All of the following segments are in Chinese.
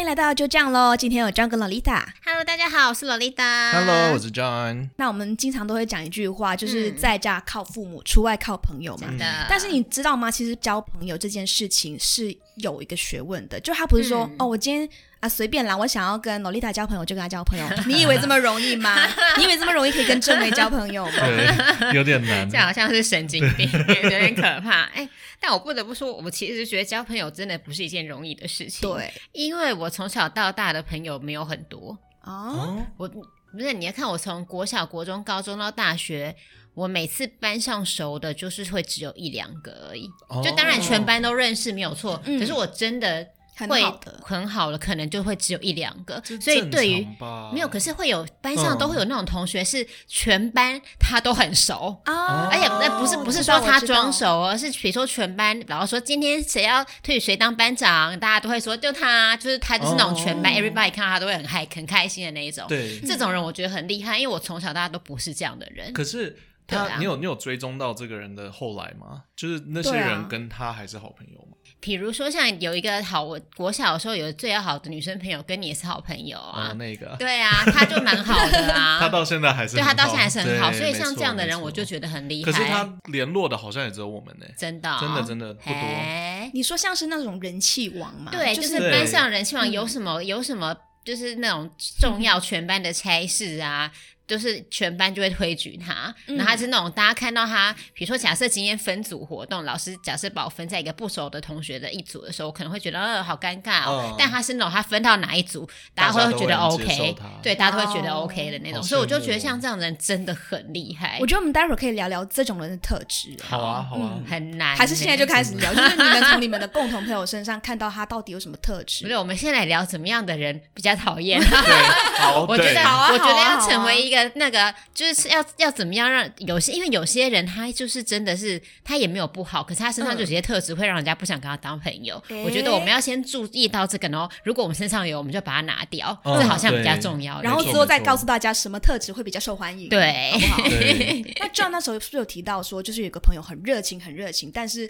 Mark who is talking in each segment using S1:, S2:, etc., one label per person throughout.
S1: 迎来到就这样喽。今天有张跟 Lolita。
S2: Hello，大家好，我是洛丽达。
S3: Hello，我是 John。
S1: 那我们经常都会讲一句话，就是
S2: 嗯
S1: 在家靠父母，出外靠朋友嘛。
S2: 真的。
S3: 嗯
S1: 但是你知道吗？其实交朋友这件事情是有一个学问的，就他不是说、
S2: 嗯
S1: 哦，我今天啊随便啦，我想要跟 Lolita 交朋友就跟他交朋 友。你以为这么容易吗？你以为这么容易可以跟正梅交朋友吗？
S3: 对，有点难
S2: 这。好像是神经 病，有点可怕。哎、但我不得不说，我其实觉得交朋友真的不是一件容易的事情。，
S1: 对
S2: 因为我从小到大的朋友没有很多。
S1: 哦，
S3: 哦，
S2: 我不是你要看我从国小、国中、高中到大学，我每次班上熟的，就是会只有一两个而已。
S3: 哦
S2: 就当然全班都认识没有错，
S1: 嗯
S2: 可是我真的
S1: 很
S2: 会
S1: 好的。
S2: 很好了，可能就会只有一两个。
S3: 这
S2: 所以对于
S3: 正常吧
S2: 没有，可是会有班上
S3: 嗯
S2: 都会有那种同学是全班他都很熟。
S1: 啊
S3: 哦
S2: 而且那哎不是不是说他装，熟哦，是比如说全班，然后说今天谁要推举谁当班长，大家都会说就他，就是他就是那种全班、
S3: 哦
S2: everybody 看到他都会很嗨很开心的那一种。
S3: 对，
S2: 这种人我觉得很厉害，因为我从小到大都不是这样的人。
S3: 可是
S2: 对
S3: 他，
S2: 啊
S3: 你有你有追踪到这个人的后来吗？就是那些
S1: 对啊
S3: 人跟他还是好朋友吗？
S2: 比如说像有一个好，我国小的时候有最要好的女生朋友，跟你也是好朋友
S3: 啊，
S2: 啊，
S3: 那个啊，
S2: 对啊，她就蛮好的啊，
S3: 他到现在还是
S2: 对她到现在还是很好，
S3: 对
S2: 所以
S3: 没
S2: 像
S3: 错
S2: 这样的人
S3: 没错
S2: 我就觉得很厉害。
S3: 可是他联络的好像也只有我们呢，
S2: 真的哦
S3: 真的真的不多啊
S2: 嘿
S1: 你说像是那种人气王嘛？
S2: 对，
S1: 就
S2: 就是是
S3: 对
S2: 班上人气王
S1: 嗯
S2: 有什么、有什么，就是那种重要全班的差事啊。就是全班就会推举他，
S1: 嗯
S2: 然后他是那种大家看到他，比如说假设今天分组活动，老师假设把我分在一个不熟的同学的一组的时候，我可能会觉得呃好尴尬哦。
S3: 嗯
S2: 但他是那种他分到哪一组，大
S3: 大
S2: 家会
S3: 家都
S2: 觉得
S3: 会接受
S2: OK，
S3: 他
S2: 对，大家都会觉得
S1: 哦
S2: OK 的那种。
S3: 好
S2: 所以我就
S3: 羡慕
S2: 觉得
S3: 哦
S2: 像这样的人真的很厉害
S1: 我，觉得我们待会儿可以聊聊这种人的特质。
S3: 好啊，好啊，
S2: 很难欸。
S1: 还是现在就开始聊，就是你们从你们的共同朋友身上看到他到底有什么特
S2: 不
S1: 质
S2: 是，。我们先来聊怎么样的人比较讨厌。
S3: 对，好，
S2: 我觉
S3: 哦对
S2: 得，
S1: 好啊
S2: 我觉得要
S1: 好啊
S2: 成为一个那个，就是要要怎么样让有些，因为有些人他就是真的是他也没有不好，可是他身
S1: 嗯
S2: 上就有些特质会让人家不想跟他当朋友。
S1: 诶
S2: 我觉得我们要先注意到这个，然后如果我们身上有，我们就把它拿掉，
S3: 嗯
S2: 这好像
S3: 对
S2: 比较重要。
S1: 然后
S3: 没错
S1: 之后再
S3: 没错
S1: 告诉大家什么特质会比较受欢迎，
S2: 对
S1: 好不好？
S3: 对，
S1: 那 John 那时候是不是有提到说，就是有个朋友很热情，很热情，但是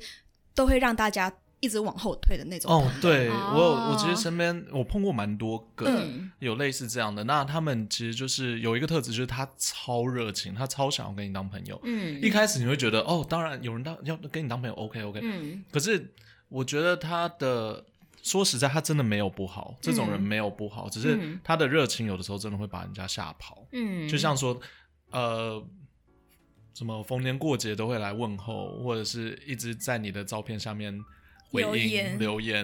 S1: 都会让大家一直往后退的那种朋友。
S3: 哦，对
S2: 哦
S3: 我有，我其实身边我碰过蛮多个，
S2: 嗯
S3: 有类似这样的。那他们其实就是有一个特质，就是他超热情，他超想要跟你当朋友。
S2: 嗯
S3: 一开始你会觉得哦，当然有人当要跟你当朋友，OK OK、
S2: 嗯，
S3: 可是我觉得他的说实在，他真的没有不好，这种人没有不好，只是
S2: 嗯
S3: 他的热情有的时候真的会把人家吓跑。
S2: 嗯，
S3: 就像说，呃，什么逢年过节都会来问候，或者是一直在你的照片下面回应
S1: 留
S3: 留
S1: 言
S3: 言。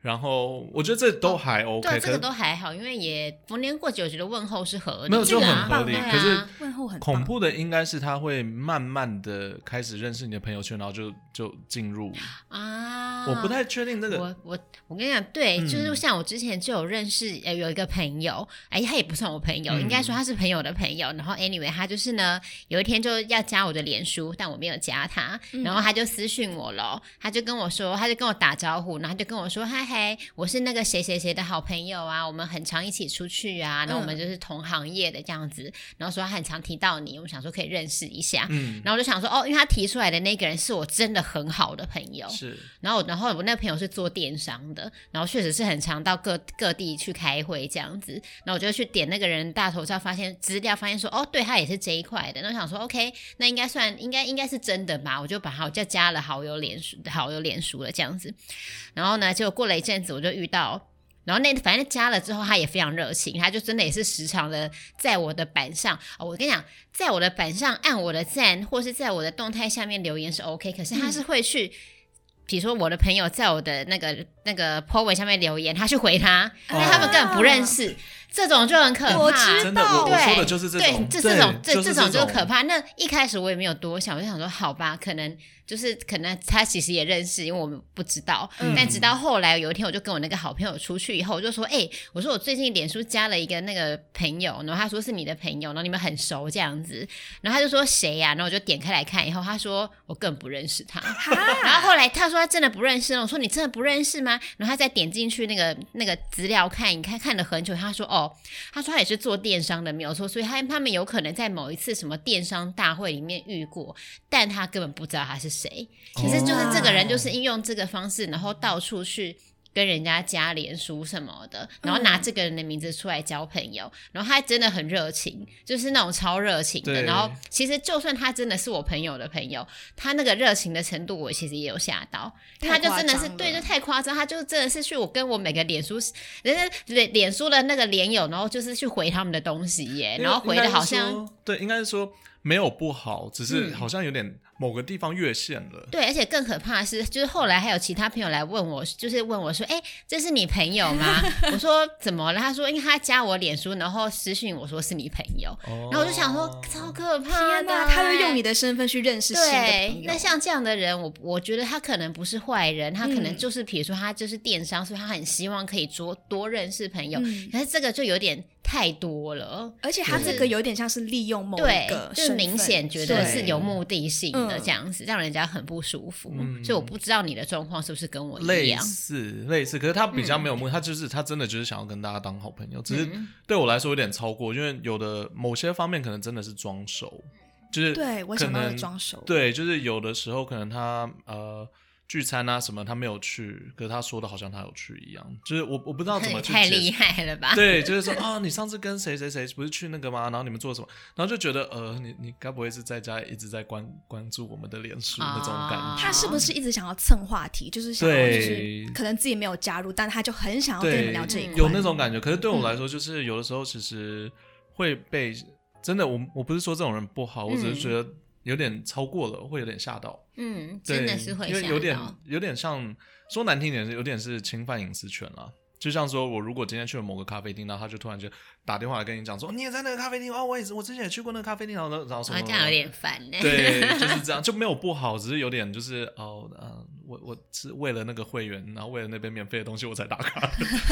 S3: 然后我觉得这都还 OK，、
S2: 哦对这个
S3: 可是
S2: 都还好，因为也逢年过节，我觉得问候是合理的，
S3: 没有就
S1: 这个
S3: 很
S1: 很
S3: 合
S1: 棒
S3: 理。
S2: 对啊
S3: 可是
S1: 问候很棒
S3: 恐怖的应该是他会慢慢的开始认识你的朋友圈，然后就就进入。
S2: 啊，
S3: 我不太确定这个
S2: 我我我跟你讲，对，就是
S3: 嗯
S2: 像我之前就有认识，呃，有一个朋友，哎，他也不算我朋友，
S3: 嗯
S2: 应该说他是朋友的朋友。然后 anyway，他就是呢，有一天就要加我的脸书，但我没有加他，
S3: 嗯
S2: 然后他就私讯我咯，他就跟我说，他就跟我打招呼，然后他就跟我说，嗨嗨，我是那个谁谁谁的好朋友啊，我们很常一起出去啊，然后我
S3: 嗯
S2: 们就是同行业的这样子，然后说他很常提到你，我们想说可以认识一下。
S3: 嗯
S2: 然后我就想说，哦，因为他提出来的那个人是我真的很好的朋友，
S3: 是
S2: 然后，然后我那朋友是做电商的，然后确实是很常到各各地去开会这样子。然后我就去点那个人大头照，发现资料，发现说，哦，对他也是这一块的。那我想说，OK，那应该算应该应该是真的吧？我就把他我就加了好友脸书，好友脸书了这样子。然后呢，结果过了一阵子，我就遇到。然后那反正加了之后，他也非常热情，他就真的也是时常的在我的板上、哦、我跟你讲，在我的板上按我的赞，或是在我的动态下面留言是 OK，可是他是会去，比如说我的朋友在我的那个那个 po 文下面留言，他去回他，但他们根本不认识，这种就很可怕。
S1: 哦我知
S3: 哦真的，我我
S2: 对
S3: 说的就是这
S2: 对，
S3: 种，
S2: 这
S3: 对
S2: 这种这
S3: 就是
S2: 种就
S3: 这
S2: 是可怕。那一开始我也没有多想，我就想说，好吧，可能就是可能他其实也认识，因为我们不知道。
S1: 嗯
S2: 但直到后来有一天，我就跟我那个好朋友出去以后，我就说，哎、我说我最近脸书加了一个那个朋友，然后他说是你的朋友，然后你们很熟这样子，然后他就说谁呀、然后我就点开来看，以后他说我更不认识他。 然后后来他说他真的不认识，我说你真的不认识吗？然后他再点进去那个那个资料看一看，看了很久，他说哦，他说他也是做电商的，没有错，所以他他们有可能在某一次什么电商大会里面遇过，但他根本不知道他是谁。
S3: 哦
S2: 其实就是这个人就是应用这个方式，然后到处去。跟人家加脸书什么的，然后拿这个人的名字出来交朋友，然后他真的很热情，就是那种超热情的。
S3: 对
S2: 然后其实就算他真的是我朋友的朋友，他那个热情的程度，我其实也有吓到。他
S1: 太
S2: 就
S1: 夸
S2: 真的是
S1: 张
S2: 对，
S1: 了
S2: 就太夸张，他就真的是去我跟我每个脸书人家脸脸书的那个脸友，然后就是去回他们的东西耶，
S3: 因为
S2: 然后回的好
S3: 应
S2: 像
S3: 该是说对，应该是说没有不好，只是
S2: 嗯
S3: 好像有点某个地方越线了。
S2: 对，而且更可怕的是，就是后来还有其他朋友来问我，就是问我说：“哎、这是你朋友吗？” 我说：“怎么了？”他说：“因为他加我脸书，然后私讯我说是你朋友。”
S3: 然
S2: 然后我就想
S3: 哦
S2: 说，超可怕
S1: 天
S2: 的
S1: 哪，
S2: 欸，
S1: 他会用你的身份去认识新的
S2: 对
S1: 朋，友
S2: 那。像这样的人，我我觉得他可能不是坏人，他可能
S1: 嗯
S2: 就是比如说他就是电商，所以他很希望可以多多认识朋友。
S1: 嗯
S2: 可是这个就有点太多了。
S1: 而且他
S3: 对
S1: 这个有点像是利用某
S2: 对
S1: 一个，
S2: 就是
S1: 身
S2: 明
S1: 份
S2: 显觉得
S1: 对
S2: 是有目的性
S1: 嗯
S2: 的这样子，让人家很不舒服。
S3: 嗯
S2: 所以我不知道你的状况是不是跟我一
S3: 类
S2: 样。
S3: 似类似，可是他比较没有目的，他就是他真的就是想要跟大家当好朋友，只是
S2: 嗯
S3: 对我来说有点超过，因为有的某些方面可能真的是装熟，就是
S1: 对我
S3: 可
S1: 想到了
S3: 能
S1: 装熟
S3: 对，就是有的时候可能他呃聚餐啊什么他没有去，可是他说的好像他有去一样，就是我我不知道怎么去
S2: 太
S3: 解释
S2: 厉害了 吧？
S3: 对，就是说啊，你上次跟谁谁谁不是去那个吗？然后你们做什么？然后就觉得呃，你你该不会是在家一直在关关注我们的脸书那种感
S2: 啊
S3: 觉？
S1: 他是不是一直想要蹭话题，就是想要就是
S3: 对
S1: 可能自己没有加入，但他就很想要跟你们
S3: 对
S1: 聊这一块，嗯
S3: 有那种感觉？可是对我来说，就是有的时候其实会被真的，我我不是说这种人不好，我只
S1: 嗯
S3: 是觉得有点超过了，会有点吓到。
S2: 嗯，
S3: 对
S2: 真的是会
S3: 因为
S2: 吓
S3: 有点
S2: 到。
S3: 有点像说难听点，有点是侵犯隐私权了。就像说，我如果今天去了某个咖啡厅，然后他就突然就打电话来跟你讲说，你也在那个咖啡厅哦，我也是，我之前也去过那个咖啡厅，然后然后什
S2: 啊，
S3: 么什么
S2: 这样有点烦呢、
S3: 对，就是这样，就没有不好，只是有点就是哦，嗯、我我是为了那个会员，然后为了那边免费的东西我才打卡的，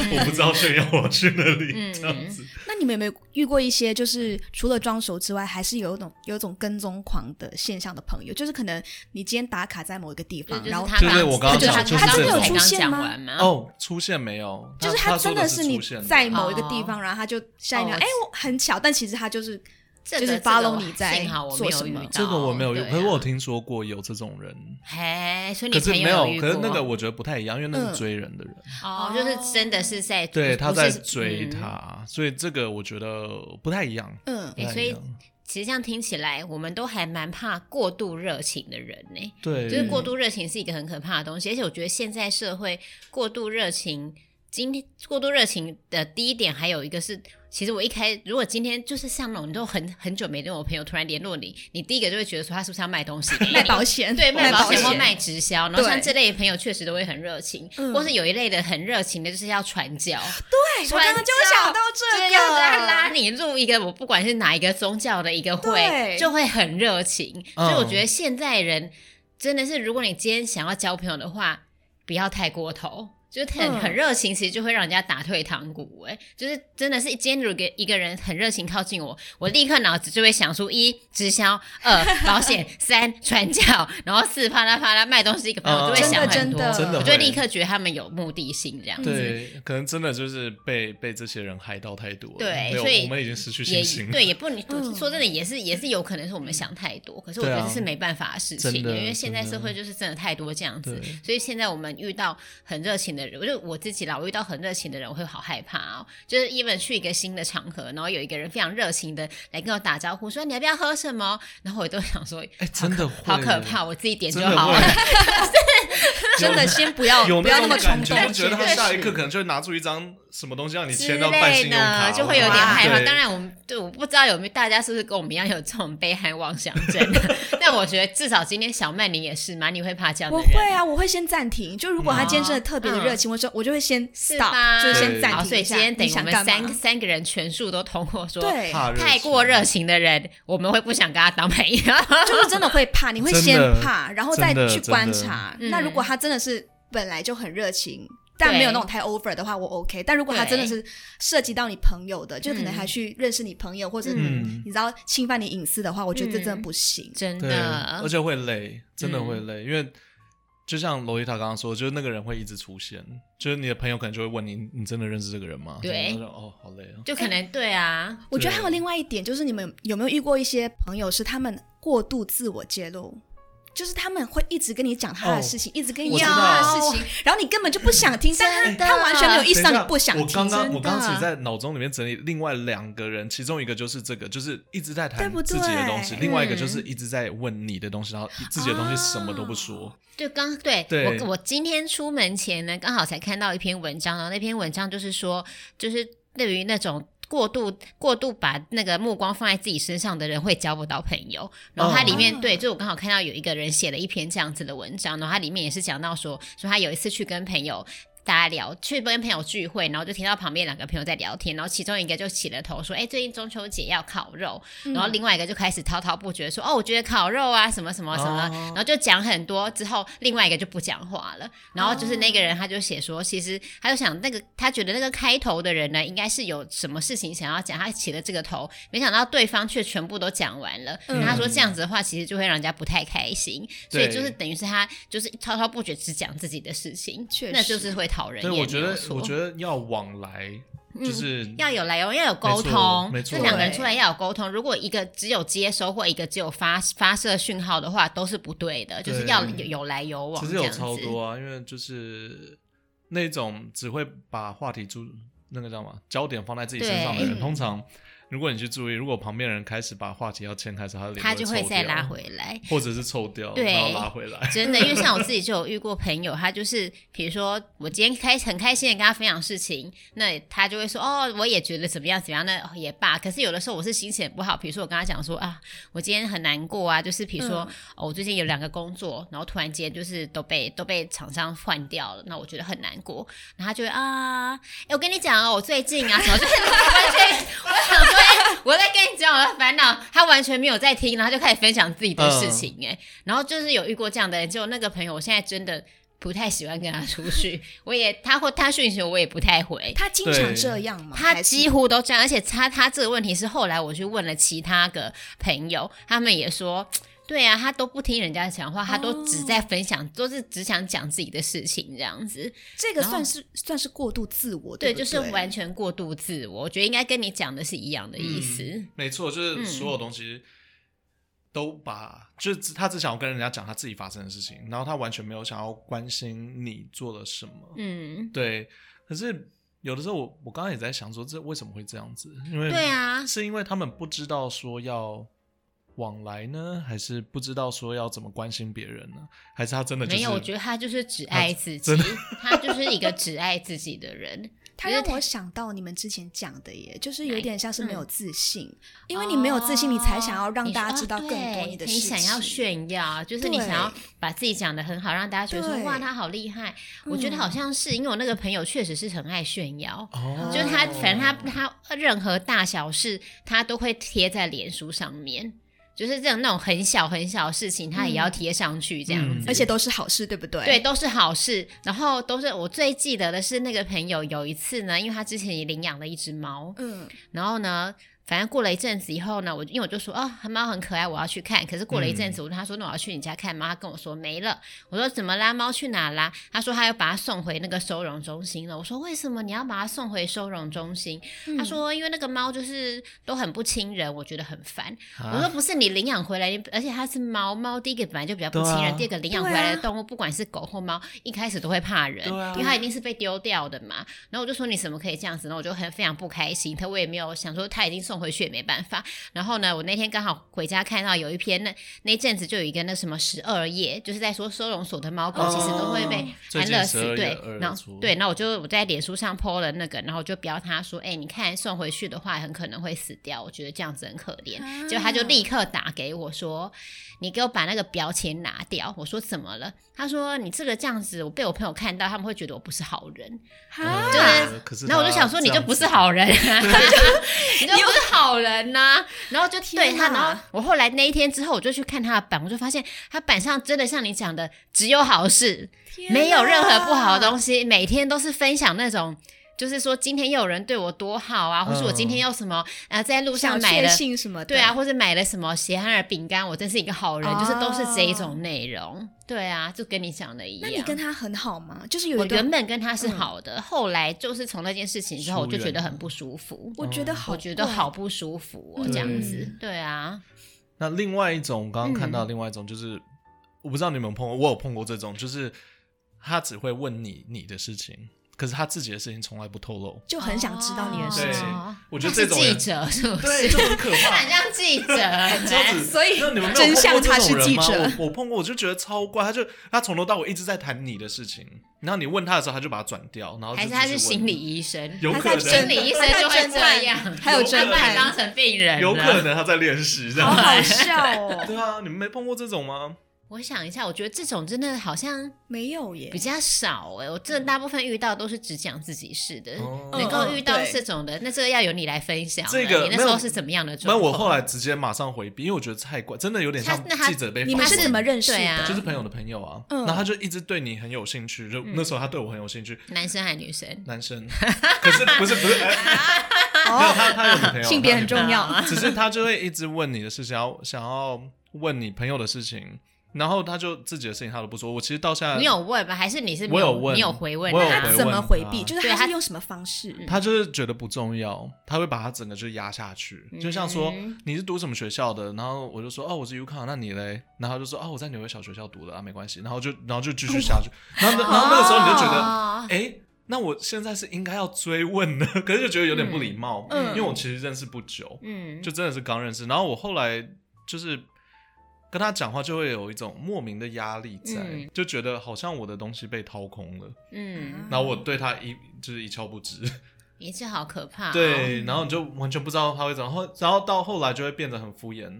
S3: 我不知道炫耀我去那里、
S2: 嗯
S3: 这样子。
S1: 那你们有没有遇过一些，就是除了装熟之外，还是有一种有一种跟踪狂的现象的朋友？就是可能你今天打卡在某一个地
S2: 对
S1: 方，
S2: 就是
S1: 然后
S2: 他
S3: 对对
S2: 刚
S3: 我刚 刚
S2: 就是
S1: 讲他
S2: 他刚
S1: 真的有
S2: 才
S1: 出
S2: 刚
S1: 现
S2: 讲
S1: 吗
S2: 完吗？
S3: 哦，出现没有？
S1: 就是
S3: 啊他
S1: 真
S3: 的
S1: 是
S3: 出
S1: 你
S3: 现的
S1: 在某一个地
S2: 哦
S1: 方，然后他就下一秒，
S2: 哦
S1: 哎，我很巧，但其实他就是
S2: 这
S1: 就
S2: 个
S1: 是
S2: 这个
S1: follow
S2: 我
S1: 你在
S2: 幸好我没
S1: 做
S2: 有
S1: 什
S2: 遇
S1: 么
S2: 到
S3: 这个我没有遇，
S2: 对啊
S3: 可是我有听说过有这种人，
S2: 嘿，所以你
S3: 可是
S2: 朋
S3: 没
S2: 友遇
S3: 可是那
S2: 过
S3: 个我觉得不太一样，因为那
S1: 嗯
S3: 是追人的人，
S2: 哦，就是真的是在
S3: 对，
S2: 不
S3: 他
S2: 是
S3: 在
S2: 是
S3: 追
S2: 嗯
S3: 他，所以这个我觉得不太一样。
S1: 嗯
S3: 不，太
S2: 所以
S3: 一样
S2: 其实这样听起来，我们都还蛮怕过度热情的人呢、
S3: 对，
S2: 就是过度热情是一个很可怕的东西，而且我觉得现在社会过度热情，今天过度热情的第一点还有一个是，其实我一开，如果今天就是像那种你都很很久没跟我朋友突然联络你，你第一个就会觉得说他是不是要卖 东西给 你
S1: 卖保险，
S2: 对，卖保
S1: 保
S2: 险或卖直销，然后
S1: 对
S2: 像这类的朋友确实都会很热情，
S1: 嗯
S2: 或是有一类的很热情的，就是要传教，
S1: 对，哎我刚刚就想到这
S2: 就是
S1: 个，
S2: 要拉拉你入一个，我不管是哪一个宗教的一个会，
S1: 对
S2: 就会很热情。
S3: 嗯
S2: 所以我觉得现在人真的是，如果你今天想要交朋友的话，不要太过头。就是很
S1: 嗯
S2: 很热情，其实就会让人家打退堂鼓、哎，就是真的是，今天如果一个人很热情靠近我，我立刻脑子就会想出一直销，二保险，三传教，然后四啪啦啪啦卖东西给朋友，
S3: 嗯
S2: 就会想很
S1: 真
S2: 多，
S1: 的真的
S2: 我就会
S3: 会
S2: 立刻觉得他们有目的性这样子。
S3: 对，可能真的就是被被这些人害到太多了，
S2: 对
S3: 没有
S2: 所以
S3: 我们已经失去
S2: 也
S3: 信心了。
S2: 对，也不能、
S1: 嗯
S2: 说真的，也是也是有可能是我们想太多，可是我觉
S3: 对啊
S2: 得这是没办法的事情，
S3: 真的
S2: 因为现在
S3: 真的
S2: 社会就是真的太多这样子
S3: 对，
S2: 所以现在我们遇到很热情的人，我就我自己啦，我遇到很热情的人，我会好害怕哦。就是 even 去一个新的场合，然后有一个人非常热情的来跟我打招呼，说你要不要喝什么，然后我都想说，
S3: 哎，真的会
S2: 好可怕，，我自己点就
S3: 真的
S2: 好 了
S3: 会。
S1: 真的先不要
S3: 有
S1: 不要
S3: 那
S1: 么
S3: 种
S1: 冲
S3: 感
S1: 动
S3: 觉，我，觉得他
S1: 对
S3: 下一刻可能就会拿出一张什么东西让你
S2: 之
S3: 签到办信
S2: 类
S3: 用卡
S2: 的，
S3: 哦，
S2: 就会有点害怕。
S3: 对
S2: 当然，我们对我不知道有没有大家是不是跟我们一样有这种被害妄想 症， 但我觉得至少今天小曼你也是嘛，你会怕这样的
S1: 我
S2: 人？
S1: 会啊，我会先暂停。就如果他今天真的特别的热情，我就我就会先
S2: 嗯是
S1: stop，
S2: 吧？
S1: 就是
S3: 对
S1: 先暂
S2: 好，所
S1: 停
S2: 以
S1: 一下。
S2: 今天等
S1: 你
S2: 于我
S1: 想
S2: 们
S1: 干嘛？
S2: 三三个人全数都通过说，
S1: 对，
S3: 怕热
S2: 太
S3: 情
S2: 过热情的人，我们会不想跟他当朋友。
S1: 就是真的会怕，你会
S3: 真的
S1: 先怕，然后再
S3: 真的
S1: 去观察。
S2: 真的
S1: 那
S2: 嗯
S1: 如果他真的是本来就很热情，但
S2: 对
S1: 没有那种太 over 的话，我 OK。但如果他
S2: 对嗯
S1: 真的是涉及到你朋友的，就可能还去认识你朋友，或者
S3: 嗯
S1: 你知道侵犯你隐私的话，我觉得这真
S2: 嗯
S1: 的不行。
S2: 真
S3: 对，而
S2: 的，嗯
S3: 且会累，真的会累，因为就像罗伊塔刚刚说，就是那个人会一直出现，就是你的朋友可能就会问你，你真的认识这个人吗？
S2: 对
S3: 然后就哦，好累啊，
S2: 就可能对啊，
S1: 我觉得
S3: 对
S1: 还有另外一点，就是你们有没有遇过一些朋友是他们过度自我揭露？就是他们会一直跟你讲他的事情，一直跟你
S3: 哦我
S1: 讲
S3: 知道
S1: 他哎的事情，然后你根本就不想听，但
S2: 真的
S1: 他他完全没有意识到
S3: 等一
S1: 你
S3: 下
S1: 不想
S3: 我
S1: 听。
S3: 刚刚我
S2: 真的
S3: 刚刚只在脑中里面整理另外两个人，其中一个就是这个，就是一直在
S1: 对
S3: 谈
S1: 不
S3: 自
S1: 对
S3: 己的东西，另外一个
S2: 嗯
S3: 就是一直在问你的东西，然后自己的东西什么都不说。
S2: 就刚对
S3: 对
S2: 我我今天出门前呢，刚好才看到一篇文章，然后那篇文章就是说，就是对于那种。过度过度把那个目光放在自己身上的人会交不到朋友。然后它里面、
S1: 哦
S2: 对，就我刚好看到有一个人写了一篇这样子的文章，然后它里面也是讲到说，说他有一次去跟朋友大家聊，去跟朋友聚会，然后就听到旁边两个朋友在聊天，然后其中一个就起了头说：“哎，最近中秋节要烤肉。”然后另外一个就开始滔滔不绝说：“哦，我觉得烤肉啊，什么什么什么。
S3: 哦
S2: 然后就讲很多之后，另外一个就不讲话了。然后就是那个人他就写说，其实他就想那个他觉得那个开头的人呢，应该是有什么事情想要讲，他起了这个头，没想到对方却全部都讲完了。
S1: 嗯
S2: 那他说这样子的话，其实就会让人家不太开心。所以
S3: 对
S2: 就是等于是他就是滔滔不绝只讲自己的事情，
S1: 确
S2: 那就
S1: 实
S2: 是会讨人
S3: 所
S2: 厌。
S3: 以我觉
S2: 没有
S3: 得
S2: 错
S3: 我觉得要往来，就是、
S2: 要有来往，要有沟
S3: 没错
S2: 通，
S3: 没错
S2: 这两个人出来要有沟通。如果一个只有接收或一个只有发发射讯号的话，都是不对的，就是
S3: 对
S2: 要有有来有往。
S3: 其实
S2: 这
S3: 有
S2: 样子
S3: 超多啊，因为就是那种只会把话题注那个叫什么焦点放在自己身上的人，
S2: 对
S3: 通常如果你去注意，如果旁边人开始把话题要牵开时，他的脸
S2: 他就
S3: 会
S2: 会
S3: 抽
S2: 再
S3: 掉
S2: 拉，回来。
S3: 或者是抽掉，
S2: 对
S3: 然后拉回来。
S2: 真的，因为像我自己就有遇过朋友，他就是比如说我今天开很开心的跟他分享事情，那他就会说哦，我也觉得怎么样怎么样，那哦也罢。可是有的时候我是心情很不好，比如说我跟他讲说啊，我今天很难过啊，就是比如说、哦，我最近有两个工作，然后突然间就是都被都被厂商换掉了，那我觉得很难过。然后他就会啊，哎、我跟你讲哦，我最近啊，什么就是 完全，我想说，哎我在跟你讲我的烦恼，他完全没有在听，然后就开始分享自己的事情、哎、然后就是有遇过这样的人，就那个朋友，我现在真的不太喜欢跟他出去，我也他或他讯息我也不太回，
S1: 他经常这样吗？
S2: 他
S1: 哦还是
S2: 几乎都这样，而且他他这个问题是后来我去问了其他个朋友，他们也说。对啊，他都不听人家讲话，他都只在分享，都是只想讲自己的事情这样子。
S1: 这个
S2: 然后
S1: 算是算是过度自我，
S2: 对，
S1: 不
S2: 就是完全过度自我，我觉得应该跟你讲的是一样的意思。
S3: 没错，就是
S2: 嗯
S3: 所有东西都把，就是只他只想要跟人家讲他自己发生的事情，然后他完全没有想要关心你做了什么。
S2: 嗯，
S3: 对，可是有的时候我我刚刚也在想说，这为什么会这样子？因为
S2: 对啊
S3: 是因为他们不知道说要。往来呢，还是不知道说要怎么关心别人呢？还是他真的就是
S2: 没有，我觉得他就是只爱自己，他就是一个只爱自己的人。
S1: 他
S2: 因为
S1: 让我想到你们之前讲的耶，就是有点像是没有自信，因为
S2: 哦
S1: 你没有自信，你才想要让
S2: 你说
S1: 大家知道更
S2: 哦
S1: 多
S2: 对
S1: 的事
S2: 你
S1: 情。
S2: 想要炫耀，就是你
S1: 对
S2: 想要把自己讲的很好，让大家觉得说
S1: 对
S2: 哇，他好厉害。我觉得
S1: 嗯
S2: 好像是因为我那个朋友确实是很爱炫耀。
S3: 哦，
S2: 就是他，反正他他任何大小事，他都会贴在脸书上面，就是这种那种很小很小的事情，他也要贴上去这样
S3: 嗯
S2: 子。
S1: 而且都是好事，对不对？
S2: 对，，都是好事。然后都是我最记得的是那个朋友有一次呢，因为他之前也领养了一只猫，
S1: 嗯，
S2: 然后呢，反正过了一阵子以后呢，我因为我就说哦，猫很可爱，我要去看。可是过了一阵
S3: 嗯
S2: 子，我跟他说那我要去你家看猫，他跟我说没了。我说怎么啦？猫去哪啦？他说他要把它送回那个收容中心了。我说为什么你要把它送回收容中心？
S3: 嗯
S2: 他说因为那个猫就是都很不亲人，我觉得很烦。
S3: 啊
S2: 我说不是你领养回来，而且它是猫，猫第一个本来就比较不亲
S3: 对
S2: 人，
S3: 啊
S2: 第二个领养回来的动物，不管是狗或猫，一开始都会怕人，
S3: 对啊
S2: 因为它一定是被丢掉的嘛。然后我就说你怎么可以这样子呢？我就很非常不开心，他我也没有想说他已经送回去也没办法。然后呢，我那天刚好回家看到有一篇那那一阵子就有一个那什么十二夜，就是在说收容所的猫狗其实都会被
S1: 哦
S3: 最
S2: 安
S3: 近
S2: 乐死，
S3: 12月
S2: 对
S3: 二，
S2: 然
S3: 出
S2: 后对，那我就我在脸书上 po 了那个，然后就标他说，哎、你看送回去的话很可能会死掉，我觉得这样子很可怜。
S1: 啊
S2: 结果他就立刻打给我说，你给我把那个标签拿掉。我说怎么了？他说你这个这样子，我被我朋友看到，他们会觉得我不是好人。
S1: 哈
S2: 就是
S3: 可是
S2: 然后我就
S3: 他
S2: 想说，你
S3: 这
S2: 就
S3: 样
S2: 不
S3: 子
S2: 是好人、啊，你 就不是好人呐、然后就对
S1: 天
S2: 他，
S1: 哪
S2: 然后我后来那一天之后，我就去看他的版，我就发现他版上真的像你讲的，只有好事，
S1: 天
S2: 没有任何不好的
S1: 西。
S2: 东西，每天都是分享那种。就是说，今天又有人对我多好啊，或是我今天又什么，呃，在路上
S1: 嗯小
S2: 买
S1: 确
S2: 了，
S1: 幸什么的，
S2: 对啊，，或者买了什么鞋汉尔饼干，我真是一个好
S1: 哦
S2: 人，就是都是这一种内容。对啊，就跟你讲的一
S1: 那
S2: 样。
S1: 你跟他很好吗？就是有
S2: 我
S1: 一嗯段
S2: 原本跟他是好的，后来就是从那件事情之后，
S3: 疏
S2: 我就觉
S3: 远
S2: 得很
S3: 了
S2: 不舒服。
S1: 我觉得好，嗯
S2: 我觉得好，不舒服哦，这样
S3: 对
S2: 子。对啊，
S3: 那另外一种，我刚刚看到
S2: 嗯
S3: 另外一种就是我不知道你们有没有碰过，我有碰过这种，就是他只会问你你的事情，可是他自己的事情从来不透露。
S1: 就很想知道你的事情。
S2: 哦
S3: 我觉得这种
S2: 是
S3: 人
S2: 记者 是不
S3: 对，
S2: 是？
S3: 就很可 怕
S2: 很。像记者，
S3: 这样子，
S1: 所以
S3: 那你们没有
S1: 真
S3: 碰过
S1: 相
S3: 这
S1: 他
S3: 种
S1: 是
S3: 人
S1: 记
S3: 吗
S1: 者
S3: 我我碰过，我就觉得超怪，他就他从头到尾一直在谈你的事情，然后你问他的时候，他就把它转掉，
S1: 哦
S3: 然后就
S2: 还是
S3: 继
S2: 他
S3: 续
S2: 是
S3: 问
S2: 心理医生？
S3: 有
S1: 还是
S3: 可
S1: 他
S3: 能
S1: 是
S2: 心理医生就会这样，
S1: 还有侦探
S2: 他把你当成病人了，
S3: 有可能他在练习这
S1: 好
S3: 样。
S1: 好笑哦，
S3: 对啊，你们没碰过这种吗？
S2: 我想一下，我觉得这种真的好像
S1: 没有耶
S2: 比，较少哎、我真的大部分遇到都是只讲自己事的，
S3: 哦
S2: 能够遇到
S1: 嗯嗯对
S2: 这种的，那这个要由你来分享了。啊
S3: 这个
S2: 你那
S3: 没有
S2: 时候是怎么样的
S3: 那
S2: 状况？
S3: 我后来直接马上回避，因为我觉得太怪，真的有点像
S2: 他那他
S3: 记者被
S1: 你们
S3: 访
S1: 是
S3: 问
S1: 怎么认识的？
S2: 对啊
S3: 就是朋友的朋友啊，
S1: 嗯
S3: 然后他就一直对你很有兴趣，就那时候他对我很有兴趣，
S2: 男生还是女生？
S3: 男生，可是不是不是，哎 没有
S1: 哦，
S3: 他他有女朋友，
S1: 性别很重 要，啊
S3: 只是他就会一直问你的事情，想要想要问你朋友的事情，然后他就自己的事情他都不说。我其实到现在，
S2: 你有问吧？还是你是没
S3: 呃我有
S2: 有
S3: 问
S2: 你有回问啊
S3: 我有
S2: 他
S3: 回
S1: 怎么回避？
S3: 啊
S1: 就是
S2: 对
S1: 他
S2: 他嗯
S1: 是用什么方式？
S3: 他就是觉得不重要，他会把他整个就压下去，就像说
S2: 嗯
S3: 你是读什么学校的，然后我就说哦我是 UConn，那你嘞？然后他就说哦我在纽约小学校读的啊，没关系，然后就然后就继 续下去，然后那然后那个时候你就觉得
S2: 哦
S3: 哎。诶那我现在是应该要追问的， 可是就觉得有点不礼貌，
S1: 嗯
S3: 因为我其实认识不久，
S2: 嗯，
S3: 就真的是刚认识。然后我后来就是跟他讲话，就会有一种莫名的压力在，
S2: 嗯
S3: 就觉得好像我的东西被掏空了。
S2: 嗯，
S3: 然后我对他一就是一窍不知，
S2: 也是好可怕、哦。
S3: 对，然后你就完全不知道他会怎么。后然后到后来就会变得很敷衍，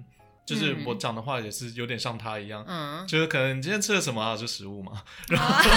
S3: 就是我讲的话也是有点像他一样。
S2: 嗯，
S3: 就是可能你今天吃了什么啊？就食物嘛，然后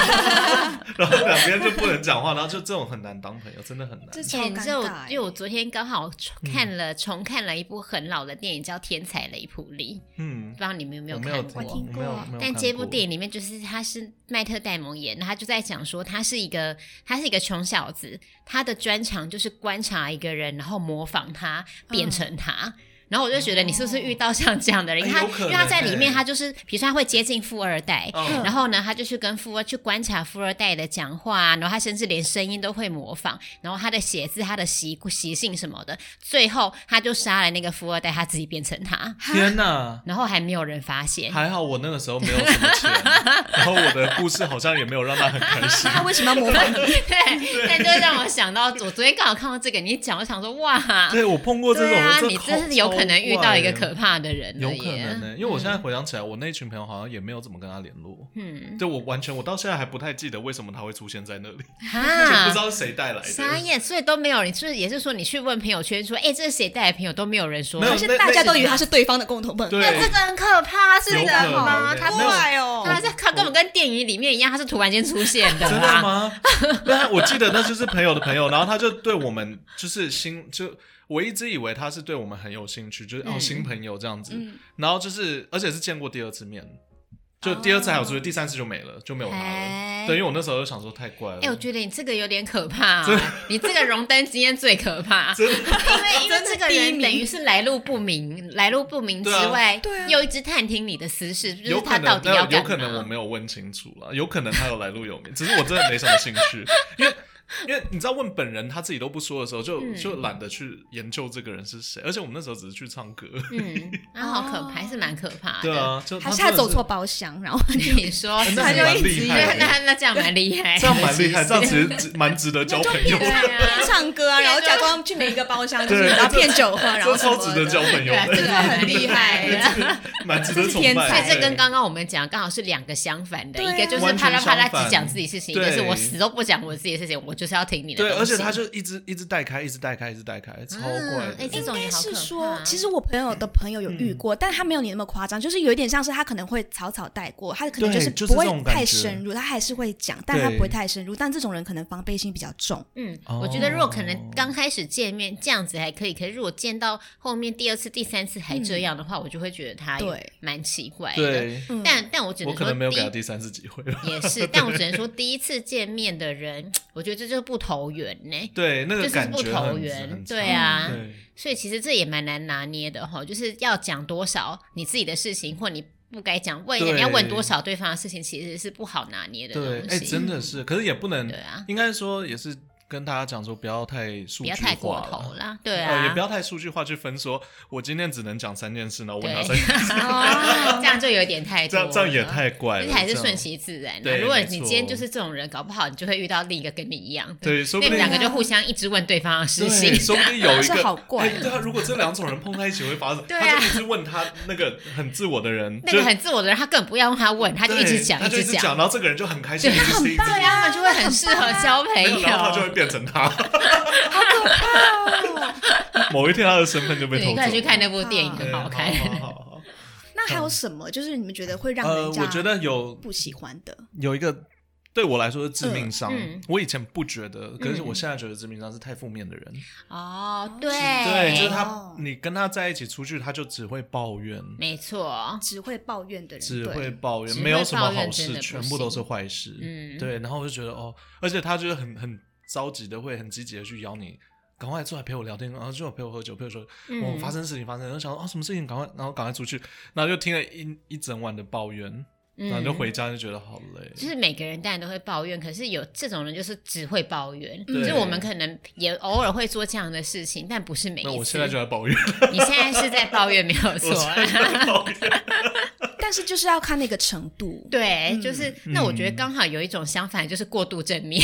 S3: 然后两边就不能讲话，然后就这种很难当朋友，真的很难。
S1: 这超
S2: 前
S1: 尴尬欸
S2: 就
S1: 耶，
S2: 因为我昨天刚好
S3: 嗯
S2: 看了、重看了一部很老的电影，叫《天才雷普利》，
S3: 嗯
S2: 不，知道你们有没
S3: 我
S2: 有
S3: 没
S2: 看
S3: 有
S2: 过？
S3: 听
S1: 我听
S3: 我没有
S1: 过
S3: 没有
S2: 但
S3: 看
S2: 这部
S3: 过
S2: 电影里面，就是他是麦特戴蒙演的，他就在讲说，他是一个他是一个穷小子，他的专长就是观察一个人，然后模仿他，变成他。然后我就觉得你是不是遇到像这样的人？
S3: 哎
S2: 因为他
S3: 有可
S2: 因
S3: 能
S2: 为他在里面，
S3: 欸
S2: 他就是比如说他会接近富二代，
S3: 嗯
S2: 然后呢，他就去跟富二去观察富二代的讲话、啊，然后他甚至连声音都会模仿，然后他的写字、他的习习性什么的，最后他就杀了那个富二代，他自己变成他，
S3: 天哪！
S2: 然后还没有人发现。
S3: 还好我那个时候没有什么钱，然后我的故事好像也没有让他很开心。 啊
S1: 他为什么要模仿你？
S2: 对，但就让我想到，我昨天刚好看到这个，你一讲，我想说，哇，
S3: 对我碰过这种
S2: 对
S3: 人，
S2: 啊，
S3: 这
S2: 你
S3: 好
S2: 真是有可能遇到一个可
S3: 超
S2: 怕的人
S3: 怪有
S2: 了
S3: 可能呢、
S2: 耶。
S3: 因为我现在回想起来，我那群朋友好像也没有怎么跟他联络。
S2: 嗯，
S3: 对我完全，我到现在还不太记得为什么他会出现在那里， 就不
S2: 哈，
S3: 知道是谁带来
S2: 傻
S3: 的。
S2: 眼，所以都没有，你是不是也是说你去问朋友圈说，哎，这是谁带的朋友，都没有人说
S3: 没，有
S1: 还是大家都以为他是哎对方的共同朋友？
S3: 对，
S2: 这个很可怕，是
S3: 有
S2: 的
S3: 可能
S2: 吗？他
S3: 没
S2: 不
S3: 有
S1: 怪哦，
S2: 他是啊他根本跟电影里面一样，他是突然间出现的
S3: 真的
S2: 啦。
S3: 吗？那我记得那就是朋友的朋友，然后他就对我们就是新，就我一直以为他是对我们很有兴趣，就是、哦
S2: 嗯
S3: 新朋友这样子，
S1: 嗯
S3: 然后就是而且是见过第二次面，就第二次还有出去，第三次就没了，就没有他了。
S2: 哎
S3: 对，因为我那时候就想说太怪了，
S2: 哎、我觉得你这个有点可怕、啊你这个荣登经验最可怕，
S3: 真的
S2: 因为因为这个
S1: 真的第一
S2: 人
S1: 名
S2: 等于是来路不明，来路不明之外，
S1: 对啊对啊
S2: 又一直探听你的私事，就
S3: 有
S2: 是
S3: 可
S2: 他到
S3: 能
S2: 底要
S3: 但有
S2: 干
S3: 可能我
S2: 嘛？
S3: 没有问清楚了，有可能他有来路有名，只是我真的没什么兴趣，因为。因为你知道问本人他自己都不说的时候，就、
S2: 嗯
S3: 就懒得去研究这个人是谁，而且我们那时候只是去唱歌，
S2: 嗯，那好可
S1: 哦
S2: 怕，还是蛮可怕的。
S3: 对，啊，就
S1: 还是
S3: 真的
S1: 他走错包厢，然后
S2: 你说
S3: 哎，那
S2: 他
S3: 还
S2: 就
S3: 蛮
S2: 一直
S3: 厉害的
S2: 那 那那这样蛮厉害的，
S3: 这样蛮厉害，
S2: 其实
S3: 这样其实值蛮值得交朋 友
S2: 对
S3: 的，
S1: 边
S2: 啊，
S1: 唱歌啊，
S2: 对
S1: 然后
S2: 就
S1: 假装去每一个包厢，就
S3: 对
S1: 是然后
S3: 这
S1: 骗酒喝，然后
S3: 这
S1: 什么
S3: 超值得交
S1: 的。
S3: 朋友
S2: 对啊，这
S1: 真的
S2: 个
S3: 的，
S2: 很厉 害的。
S3: 蛮值得崇
S1: 天
S2: 所
S3: 拜
S1: 才
S3: 的。
S2: 以这跟刚刚我们讲刚好是两个相反的，
S1: 对啊
S2: 一个就是
S3: 完
S2: 啪
S3: 全
S2: 啦啪啦
S3: 相反
S2: 只讲自己事情，一
S3: 对
S2: 个是我死都不讲我自己的事情，我就是要听你的东
S3: 对，
S2: 西。
S3: 而且他就一直一直带开，一直带开，一直带开，超怪的。
S2: 嗯哎这
S1: 应
S2: 种也
S1: 该
S2: 好可
S1: 是
S2: 怕
S1: 说，其实我朋友的朋友有遇
S3: 嗯
S1: 过，但他没有你那么夸张，就是有一点像是他可能会草草带过，他可能
S3: 对
S1: 是
S3: 就是
S1: 不会
S3: 这种感
S1: 太
S3: 觉
S1: 深入，他还是会讲，但他
S3: 对
S1: 不会太深入。但这种人可能防备心比较重，
S2: 嗯，
S3: 哦
S2: 我觉得如果可能刚开始见面这样子还可以，可是如果见到后面第二次、第三次还这样的话，我就会觉得他有
S1: 对
S2: 蛮奇怪的。
S3: 对，
S1: 嗯
S2: 但但我只
S3: 我
S2: 能
S3: 可
S2: 说
S3: 能没有给他
S2: 第
S3: 第三次机会了。
S2: 一也是，但我只能说第一次见面的人，我觉得这就是不投缘呢。
S3: 对，那
S2: 就
S3: 个
S2: 是
S3: 感
S2: 不
S3: 觉
S2: 投
S3: 很
S2: 缘，
S3: 很
S2: 对
S3: 差
S2: 啊，
S3: 对，
S2: 所以其实这也蛮难拿捏的哈，就是要讲多少你自己的事情，或你不该讲问
S3: 对
S2: 你要问多少对方的事情，其实是不好拿捏的
S3: 对，
S2: 东
S3: 哎、
S2: 西。
S3: 真的是，可是也不能
S2: 对，啊，
S3: 应该说也是跟大家讲说，不要太数
S2: 不
S3: 据
S2: 要太过
S3: 化
S2: 头
S3: 了。
S2: 啦，对
S3: 呃
S2: 啊，
S3: 也不要太数据化去分说，我今天只能讲三件事呢，我问他
S2: 对
S3: 三件事，
S2: 这样就有点太
S3: 这
S2: 多了，
S3: 样这样也太怪
S2: 而
S3: 了。
S2: 且还是
S3: 这样
S2: 顺其自然、啊。
S3: 对
S2: 如果
S3: 没
S2: 你
S3: 错
S2: 今天就是这种人，搞不好你就会遇到另一个跟你一样的，
S3: 对说
S2: 那
S3: 不
S2: 你们两
S3: 定
S2: 个就互相一直问对方的事情
S3: 对，。说不定 有一
S1: 这
S3: 个
S1: 好怪
S3: 哎对啊，如果这两种人碰在一起会发生，
S2: 对啊
S3: 他就一直问他那个很自我的人，
S2: 那个
S3: 就
S2: 很自我的人，他根本不要用他问，他就一直
S3: 对
S2: 讲，
S3: 他就
S2: 直
S3: 一直讲，
S2: 讲，
S3: 然后这个人就很开心，一直听，一直
S2: 对啊，他们就会很适合 交朋
S3: 听
S2: 友，
S3: 然后他就会变成他。某一天他的身份就被
S2: 对，
S3: 偷
S2: 你
S3: 走
S2: 快去看
S3: 了。
S2: 那部电影，很
S3: 对
S2: 好看。
S3: 好好好好
S1: 那还有什么？就是你们觉得会让
S3: 呃，
S1: 人家
S3: 我觉得有
S1: 不喜欢的，
S3: 有一个对我来说是致命伤
S2: 嗯嗯，
S3: 我以前不觉得，可是
S2: 嗯
S3: 我现在觉得致命伤是太负面的人。
S2: 哦，
S1: 对
S3: 对，就是
S1: 哦
S3: 他，你跟他在一起出去，他就只会抱怨，
S2: 没错，
S1: 只会抱怨的人，
S3: 只
S1: 对
S3: 会抱怨，
S2: 只会
S3: 没有什么
S2: 抱
S3: 好
S2: 怨真
S3: 事，
S2: 的不
S3: 全部都是坏事。
S2: 嗯
S3: 对。然后我就觉得哦，而且他就是很很着急的，会很积极的去邀你。赶快出来陪我聊天，然后就陪我喝酒，陪我说，
S2: 嗯
S3: 我、发生事情发生，然后想说啊什么事情，赶快，然后赶快出去，然后就听了一一整晚的抱怨，
S2: 嗯
S3: 然后就回家就觉得好累，
S2: 就是每个人当然都会抱怨，可是有这种人就是只会抱怨。
S1: 对
S2: 就是我们可能也偶尔会做这样的事情，但不是每一次。
S3: 那我现在就在抱怨，
S2: 你现在是在抱怨没有错
S3: 我现在就在抱怨。
S1: 但是就是要看那个程度。
S2: 对，
S1: 嗯
S2: 就是、那我觉得刚好有一种相反，就是过度正面，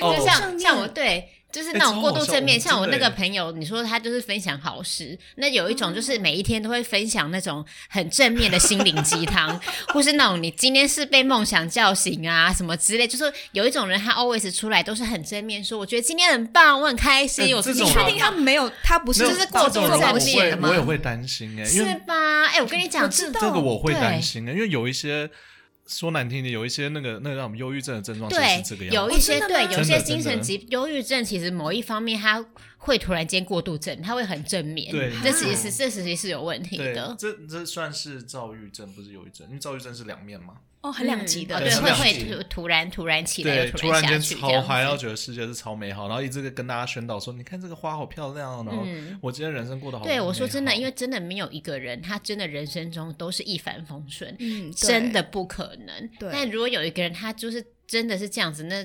S2: 就
S1: 正
S2: 像
S1: 面
S2: 像我对。就是
S3: 哦哎
S2: 那种
S3: 超
S2: 过度
S3: 好笑
S2: 正面，
S3: 我
S2: 像我
S3: 真
S2: 那
S3: 的
S2: 个
S3: 哎
S2: 朋友，你说他就是分享好事，那有一种就是
S3: 哦
S2: 每一天都会分享那种很正面的心灵鸡汤，或是那种你今天是被梦想叫醒啊什么之类，就是有一种人他 always 出来都是很正面，说我觉得今天很棒，我很开心，
S3: 哎
S2: 我
S3: 这
S1: 你
S3: 种
S1: 确
S3: 人
S1: 定他没有，他不是
S3: 没有
S1: 就是
S2: 过
S1: 过
S2: 度
S1: 度
S3: 这种
S2: 正
S3: 人
S1: 正
S3: 我
S1: 面
S3: 会
S1: 的
S2: 面
S1: 吗
S3: 我？也会担心哎、因
S2: 是
S3: 为
S2: 吧？哎、我跟你
S1: 我
S2: 讲，
S1: 知
S2: 这
S1: 道
S3: 这个我会
S2: 对
S3: 担心欸的，因为有一些说难听的，有一些那个那个让我们忧郁症的症状其实
S2: 对
S3: 是这个，样
S2: 有
S3: 子。
S2: 一些
S1: 哦真的
S2: 对
S1: 吗，
S2: 有一些
S3: 真的真
S2: 精
S3: 的
S2: 神疾忧郁症，其实某一方面它会突然间过度症，它会很正面，
S3: 对
S2: 这
S1: 没
S2: 其
S1: 错
S2: 实是这其实是有问题
S3: 对
S2: 的，。嗯
S3: 这这算是躁郁症，不是忧郁症，因为躁郁症是两面嘛。
S1: 哦，很两极的，
S2: 嗯哦
S3: 对
S2: 对，
S3: 是
S2: 会
S3: 两
S2: 会
S3: 极
S2: 突突然突然起来，
S3: 对，
S2: 又
S3: 突
S2: 然
S3: 然
S2: 下
S3: 间
S2: 去这
S3: 超
S2: 样
S3: 嗨，然后
S2: 子
S3: 觉得世界是超美好，然后一直跟大家宣导说，你看这个花好漂亮哦，然后
S2: 嗯
S3: 我今天人生过得好美好。
S2: 对，我说真的，因为真的没有一个人，他真的人生中都是一帆风顺，
S1: 嗯，对
S2: 真的不可能。
S1: 对
S2: 但如果有一个人，他就是真的是这样子，那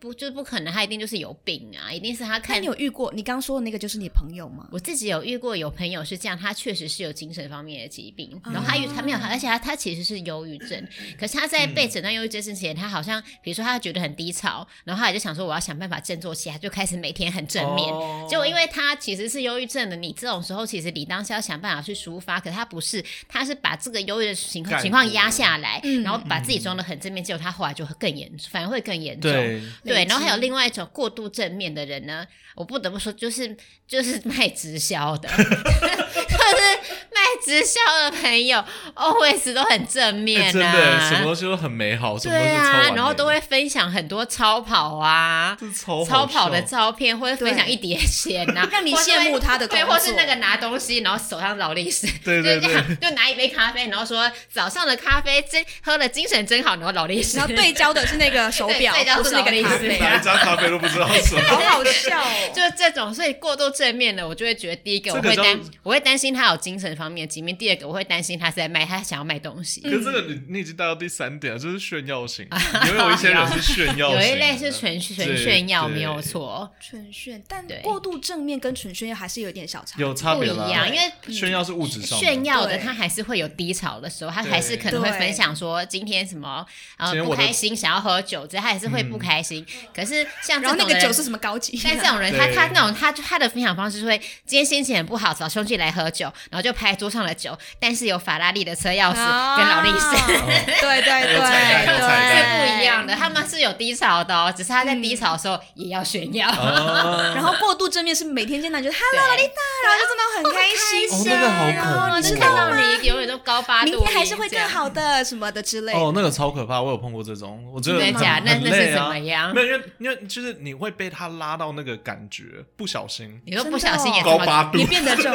S2: 不就是不可能，他一定就是有病啊，一定是他
S1: 那
S2: 看
S1: 你有遇过？你刚说的那个就是你朋友吗？
S2: 我自己有遇过有朋友是这样，他确实是有精神方面的疾病，
S1: 嗯
S2: 然后他有他没有，而且他他其实是忧郁症，可是他在被诊断忧郁症之前，他好像比如说他觉得很低潮，然后他也就想说我要想办法振作起来，就开始每天很正面。
S3: 哦
S2: 结果因为他其实是忧郁症的，你这种时候其实你当时要想办法去抒发，可他不是，他是把这个忧郁的情
S3: 盖
S2: 况
S3: 住
S2: 情况压下来，
S1: 嗯
S2: 然后把自己装的很正面，结果他后来就更严，反而会更严重。
S3: 对哎
S2: 对，
S1: 累积
S2: 然后还有另外一种过度正面的人呢，我不得不说，就是就是 卖直销的，就是卖直销的朋友，always 都很正
S3: 哎
S2: 面
S3: 真的
S2: 啊，
S3: 什么东西都很美好，什么东
S2: 对
S3: 西都超完
S2: 啊，
S3: 美
S2: 然后都会分享很多超跑啊。
S3: 这是超
S2: 超
S3: 超
S2: 跑的照片，或者分享一叠钱 呐、啊，
S1: 让你
S2: 或是会
S1: 羡慕他的
S2: 对，
S1: 工作
S2: 或是那个拿东西，然后手上劳力士，
S3: 对对
S2: 就这样，就拿一杯咖啡，然后说早上的咖啡真喝了精神真好，然后劳力士，
S1: 然后对焦的是那个手表，
S2: 对对焦
S1: 不
S2: 是
S1: 是那
S2: 劳力
S1: 个咖
S2: 士
S1: 啡，
S3: 哪一家咖啡都不知道什么。
S1: 好好笑 哦。
S2: 就是这种，所以过度正面的，我就会觉得第一个我
S3: 这个
S2: 会
S3: 叫
S2: 担，我会担心他有精神方面的疾病；第二个我会担心他是在卖，他想要卖东西。
S3: 可是这个
S2: 嗯
S3: 你你已经带到第三点了，就是炫耀型，因为有一些人是炫耀
S2: 啊 有
S3: 型的，
S2: 一类是纯纯
S3: 对
S2: 炫耀，
S3: 对
S2: 没有错，
S1: 纯炫，但
S2: 对
S1: 过度正面跟纯炫又还是有点小差。
S3: 有差
S2: 不
S3: 别
S2: 一
S3: 啦
S2: 样，因为。
S3: 炫耀是物质上的，
S2: 炫耀的
S1: 对
S2: 他还是会有低潮的时候，他
S3: 对
S2: 还是可能会
S1: 对
S2: 分享说今天什么呃
S3: 今天
S2: 不
S3: 我的
S2: 开心，想要喝酒，这他还是会不开心。可是像这
S1: 然后
S2: 种
S1: 那个
S2: 人
S1: 酒是什么高级？
S2: 但这种人，他
S3: 对
S2: 他那种他就他的分享方式是会，今天心情很不好，找兄弟来喝酒，然后就拍桌上的酒，但是有法拉利的车钥匙跟劳力 士。
S1: 哦对对对
S3: 有彩蛋有彩
S2: 是
S3: 蛋
S1: 对，
S2: 不一样的，。他们是有低潮的哦，只是他在低潮的时候也要炫耀。
S3: 啊，
S1: 嗯然后过度正面是每天见到你觉得 Hello
S2: 对
S1: 丽达，啊然后就真的很开
S3: 哦，
S1: 心，
S3: 那个好
S1: 然后
S3: 恐怖，
S2: 哦，就看到你永远都高八度，
S1: 明天还是会更好的什么的之类的。
S3: 哦，那个超可怕，我有碰过这种，我觉得
S1: 真的假
S3: 很
S2: 那
S3: 很
S2: 那是
S3: 累
S2: 怎
S3: 啊
S2: 么样
S3: 没有，因为因为就是你会被他拉到那个感觉，不小心
S2: 你说不小心也
S1: 哦
S2: 这
S3: 高
S2: 么
S3: 八度
S1: 你，变得重，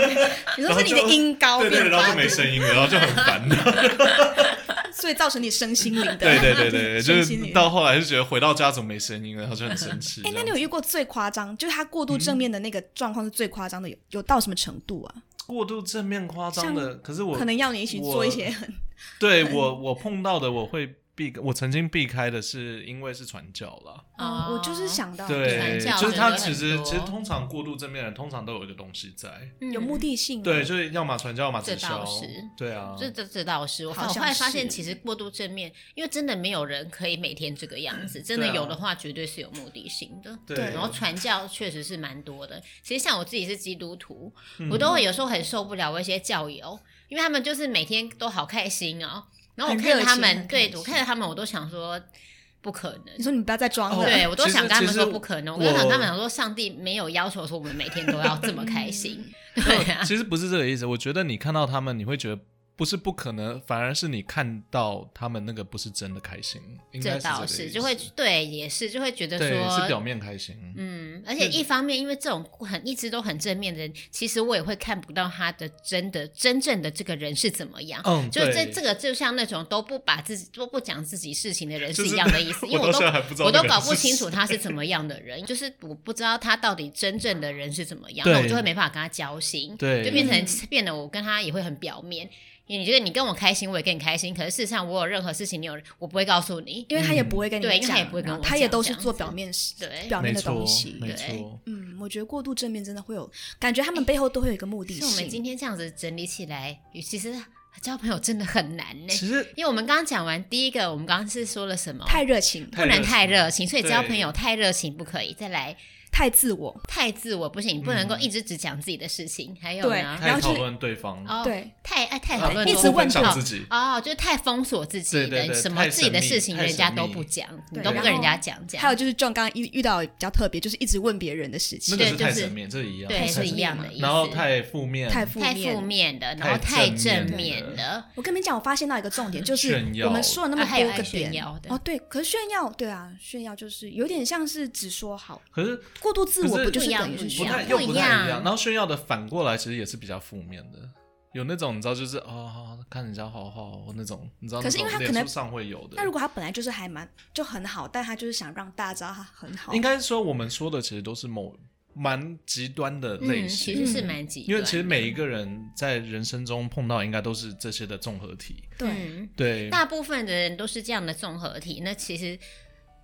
S1: 你说是你的音高
S3: 对对，
S1: 变
S3: 对然后
S1: 高
S3: 就，没声音了，然后就很烦。
S1: 所以造成你身心灵的。
S3: 对对对对，对就
S1: 身心
S3: 是
S1: 灵
S3: 到后来就觉得回到家怎么没声音了，然后就很生气。
S1: 哎，
S3: 这
S1: 那
S3: 样
S1: 你有遇过最夸张，就是他过度正面的那个状况是最夸张的，有有到什么程度啊？
S3: 过度正面夸张的，可是我
S1: 可能要你一起做一些很
S3: 对我我碰到的我会避开，我曾经避开的是因为是传教啦。
S1: 哦，我就是想到
S2: 传
S3: 对，
S2: 教
S3: 就是
S2: 的
S3: 他
S2: 人
S3: 其
S2: 很
S3: 实
S2: 多
S3: 其实通常过度正面的人，通常都有一个东西在，
S1: 有
S2: 嗯
S1: 目的性，啊
S3: 对，，就是要么传教，要么直
S2: 这倒
S3: 销
S2: 是，
S3: 对啊，
S2: 这这这倒是，我
S1: 好
S2: 发我后
S1: 像
S2: 来发
S1: 是
S2: 现，其实过度正面，因为真的没有人可以每天这个样子，真的
S3: 对啊
S2: 有的话，绝对是有目的性的。
S3: 对
S2: 然后传教确实是蛮多的。其实像我自己是基督徒，
S3: 嗯
S2: 我都会有时候很受不了我一些教友，因为他们就是每天都好开心哦。然后我
S1: 很
S2: 看
S1: 热
S2: 着他
S1: 情
S2: 们，
S1: 很
S2: 对
S1: 开
S2: 我
S1: 心
S2: 看着他们，我都想说不可能
S1: 你。说你不要再装
S3: 哦
S1: 了，
S2: 对，我都
S3: 其实
S2: 想跟他们
S3: 其
S2: 说
S3: 实
S2: 不可能。我
S3: 我
S2: 跟他们想说，上帝没有要求说我们每天都要这么开心。
S3: 嗯
S2: 对啊，
S3: 其实不是这个意思，我觉得你看到他们，你会觉得不是不可能，反而是你看到他们那个不是真的开心，应
S2: 这
S3: 该是这个
S2: 倒
S3: 意思
S2: 是，就会对，也是就会觉得
S3: 对是表
S2: 说，
S3: 面开心，
S2: 嗯，而且一方面，因为这种很一直都很正面的人，其实我也会看不到他的真的真正的这个人是怎么样。
S3: 嗯，
S2: 就是这
S3: 对
S2: 这个就像那种都不把自己都不讲自己事情的人
S3: 就是是
S2: 一样的意思，因为
S3: 我
S2: 我
S3: 到
S2: 都
S3: 现在还不知道
S2: 我
S3: 那
S2: 都
S3: 个人
S2: 搞不
S3: 是
S2: 清楚
S3: 谁
S2: 他是 怎么样的人，就是我不知道他到底真正的人是怎么样，
S3: 对
S2: 那我就会没办法跟他交心，
S3: 对嗯
S2: 就变成变得我跟他也会很表面。因为你觉得你跟我开心，我也跟你开心，可是事实上我有任何事情，你有我不会告诉你，
S1: 因为他也不会跟你
S2: 对因为
S1: 讲，
S2: 他也不会跟
S1: 然后
S2: 我
S1: 他也
S2: 讲
S1: 都
S2: 这
S1: 是
S2: 样
S1: 做
S2: 子
S1: 表面事
S2: 对
S1: 表面
S3: 没
S1: 的
S3: 错
S1: 东西，
S3: 没
S2: 对
S3: 错，
S1: 嗯，我觉得过度正面真的会有感觉，他们背后都会有一个目的
S2: 哎像我们今
S1: 性。
S2: 天这样子整理起来，其实交朋友真的很难呢、
S3: 其实
S2: 因为我们刚刚讲完第一个，我们刚刚是说了什么？
S1: 太热情，
S2: 不能太热情，所以
S3: 对
S2: 交朋友太热情不可以。再来
S1: 太自我，
S2: 太自我不行，你不能够
S3: 嗯
S2: 一直只讲自己的事情。还有
S1: 对
S2: 呢，
S1: 然后
S3: 太
S1: 就
S3: 讨
S1: 是
S3: 论对方，
S2: 哦，
S1: 对，
S2: 太爱太
S3: 啊
S2: 讨论
S1: 一
S2: 多
S1: 直
S3: 不
S1: 问
S3: 分享
S1: 到
S3: 自己，
S2: 哦，就是太封锁自己的，
S3: 对对对
S2: 什么
S3: 太
S2: 自己的
S3: 神秘
S2: 事情
S3: 太
S2: 人家
S3: 神
S2: 都
S3: 秘
S2: 不讲，你
S1: 对
S2: 都不
S1: 然
S2: 跟人家
S1: 后
S2: 讲，这样
S1: 还有就是，John 刚刚遇遇到比较特别，就是一直问别人的事情
S3: 那，个是
S2: 对就
S3: 太
S2: 是
S3: 正面，这一样，
S2: 对
S3: 太
S2: 是
S3: 神
S2: 一
S3: 秘
S2: 样的意思。
S3: 然后太负面，
S1: 太负
S2: 太负
S1: 面。
S2: 面的，然后太
S3: 太正
S2: 正面
S3: 面的
S2: 的，
S1: 我跟你们讲，我发现到一个重点，就是
S3: 炫耀
S1: 我们说了那么
S2: 啊还有
S1: 多
S2: 爱
S1: 个
S2: 炫
S1: 点
S2: 耀的
S1: 哦，对，可是炫耀，对啊，炫耀就是有点像是只说好，
S3: 可是
S1: 过度自
S3: 可
S1: 我
S3: 是
S1: 不就是
S2: 不一样
S1: 等于是
S2: 不一
S1: 炫
S3: 不
S1: 耀
S2: 样
S3: 太
S2: 不
S3: 又不太
S2: 样
S3: 一样。然后炫耀的反过来其实也是比较负面的，有那种你知道就是哦，看人家好好那种，你知道那
S1: 可是因为
S3: 种
S1: 他可
S3: 脸
S1: 能
S3: 书上会有的。
S1: 那如果他本来就是还蛮就很好，但他就是想让大家知道他很好，
S3: 应该说我们说的其实都是某蛮极端的类
S2: 嗯，
S3: 型，
S2: 其实是蛮极端的，
S3: 因为其实每一个人在人生中碰到应该都是这些的综合体。
S1: 对，
S2: 嗯
S3: 对，
S2: 大部分的人都是这样的综合体，那其实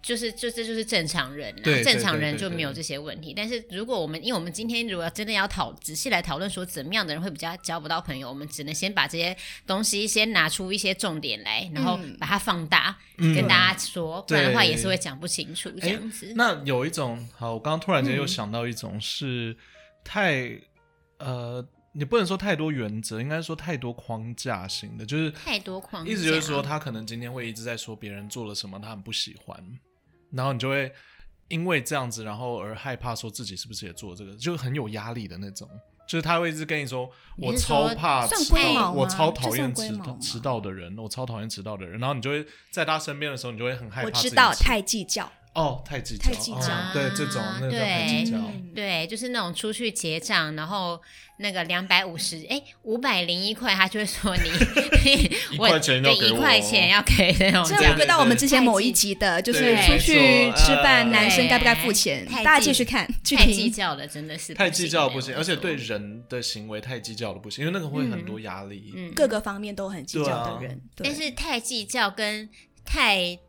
S2: 就是就这就是正常人、啊，
S3: 对对
S2: 正常人
S3: 对对
S2: 就没有
S3: 对
S2: 这些问题。但是如果我们，因为我们今天如果真的要讨仔细来讨论说怎么样的人会比较交不到朋友，我们只能先把这些东西先拿出一些重点来，然后把它放大、跟大家说，不然的话
S3: 嗯对
S2: 也是会讲不清楚这
S3: 诶
S2: 样
S1: 嗯
S2: 子。
S3: 那有一种好，我刚刚突然间又想到一种是太、呃，你不能说太多原则，应该说太多框架型的，就是
S2: 太多框架
S3: 意思就是说他可能今天会一直在说别人做了什么，他很不喜欢，然后你就会因为这样子，然后而害怕说自己是不是也做了这个，就很有压力的那种。就是他会一直跟你说，
S2: 你
S3: 我
S2: 是
S3: 超
S2: 说
S3: 怕
S1: 算
S3: 迟
S1: 龟毛
S3: 到，我
S1: 吗
S3: 超
S1: 这
S3: 讨
S1: 算
S3: 厌
S1: 龟
S3: 迟
S1: 毛
S3: 到
S1: 吗
S3: 迟到的人，我超讨厌迟到的人。然后你就会在他身边的时候，你就会很害怕
S1: 我
S3: 自己
S1: 知
S3: 迟到。
S1: 道太计较，
S3: 哦，太计较，
S1: 太计较
S3: 哦对这种
S2: 啊
S3: 那种太计较，
S1: 嗯
S2: 对，就是那种出去结账，然后那个两百五十，哎，五百零一块，他就会说你
S3: 一
S2: 我
S3: 块钱要
S2: 对
S3: 给
S2: 一
S3: 我哦
S2: 块钱要给那种
S1: 这
S2: 这
S1: 回
S2: 样
S3: 对
S1: 归到我们之前某一集的，就是
S2: 对
S1: 出去吃饭，
S3: 没错
S1: 男生该不该付
S2: 哎
S1: 钱
S2: 太？计
S1: 大家继续看，去
S2: 太计
S1: 听。
S2: 较了，真的是
S3: 太计较不行，
S2: 行，
S3: 而且对人的行为太计较了不行，因为那个会很多压力。
S2: 嗯，
S1: 各个方面都很计较的人，对啊
S2: 但是太计较跟太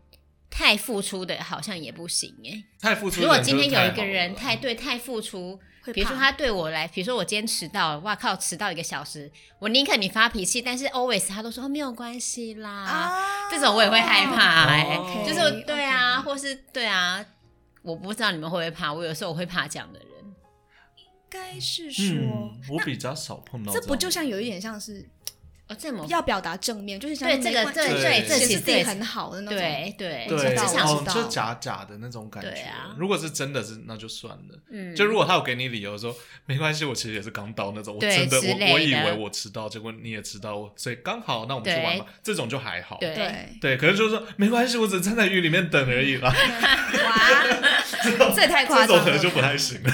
S2: 太付出的好像也不行哎。
S3: 太付出
S2: 如
S3: 的
S2: 果
S3: 人就是太好
S2: 今天
S3: 了。
S2: 有一个人太对太付出，
S1: 会
S2: 比如说
S1: 怕
S2: 他对我来，比如说我今天迟到了，哇靠，迟到一个小时，我宁可你发脾气，但是 always 他都说、哦没有关系啦，
S1: 啊
S2: 这种我也会害怕哎、
S3: 哦
S2: 就是
S1: OK，OK
S2: 对啊，或是对啊，我不知道你们会不会怕，我有时候我会怕这样的人。
S1: 应该是说
S3: 嗯，，我比较少碰到
S1: 这
S3: 种
S1: 不就像有一点像是
S2: 哦，这么
S1: 要表达正面，就是像
S2: 对这个
S1: 没关就
S2: 这
S1: 是
S3: 对这
S1: 显示
S2: 实
S3: 其
S1: 自己
S2: 对
S1: 很好的那种。
S2: 对对，
S1: 我知
S3: 对
S1: 道
S2: 至
S1: 我
S2: 少
S1: 知
S3: 哦
S1: 道，
S3: 就假假的那种感
S2: 对
S3: 觉
S2: 啊。
S3: 如果是真的是，那就算了。
S2: 嗯，
S3: 就如果他有给你理由说没关系，我其实也是刚到那种，我
S2: 对
S3: 真的
S2: 之
S3: 我
S2: 类
S3: 我以
S2: 的
S3: 为我迟到，结果你也迟到，所以刚好，那我们去玩吧。这种就还好。
S2: 对
S1: 对，
S3: 对，可是就是说没关系，我只是站在雨里面等而已 啦。
S1: 哇，这也太夸
S3: 这
S1: 张
S3: 种可能
S1: 了
S3: 就。不太行了。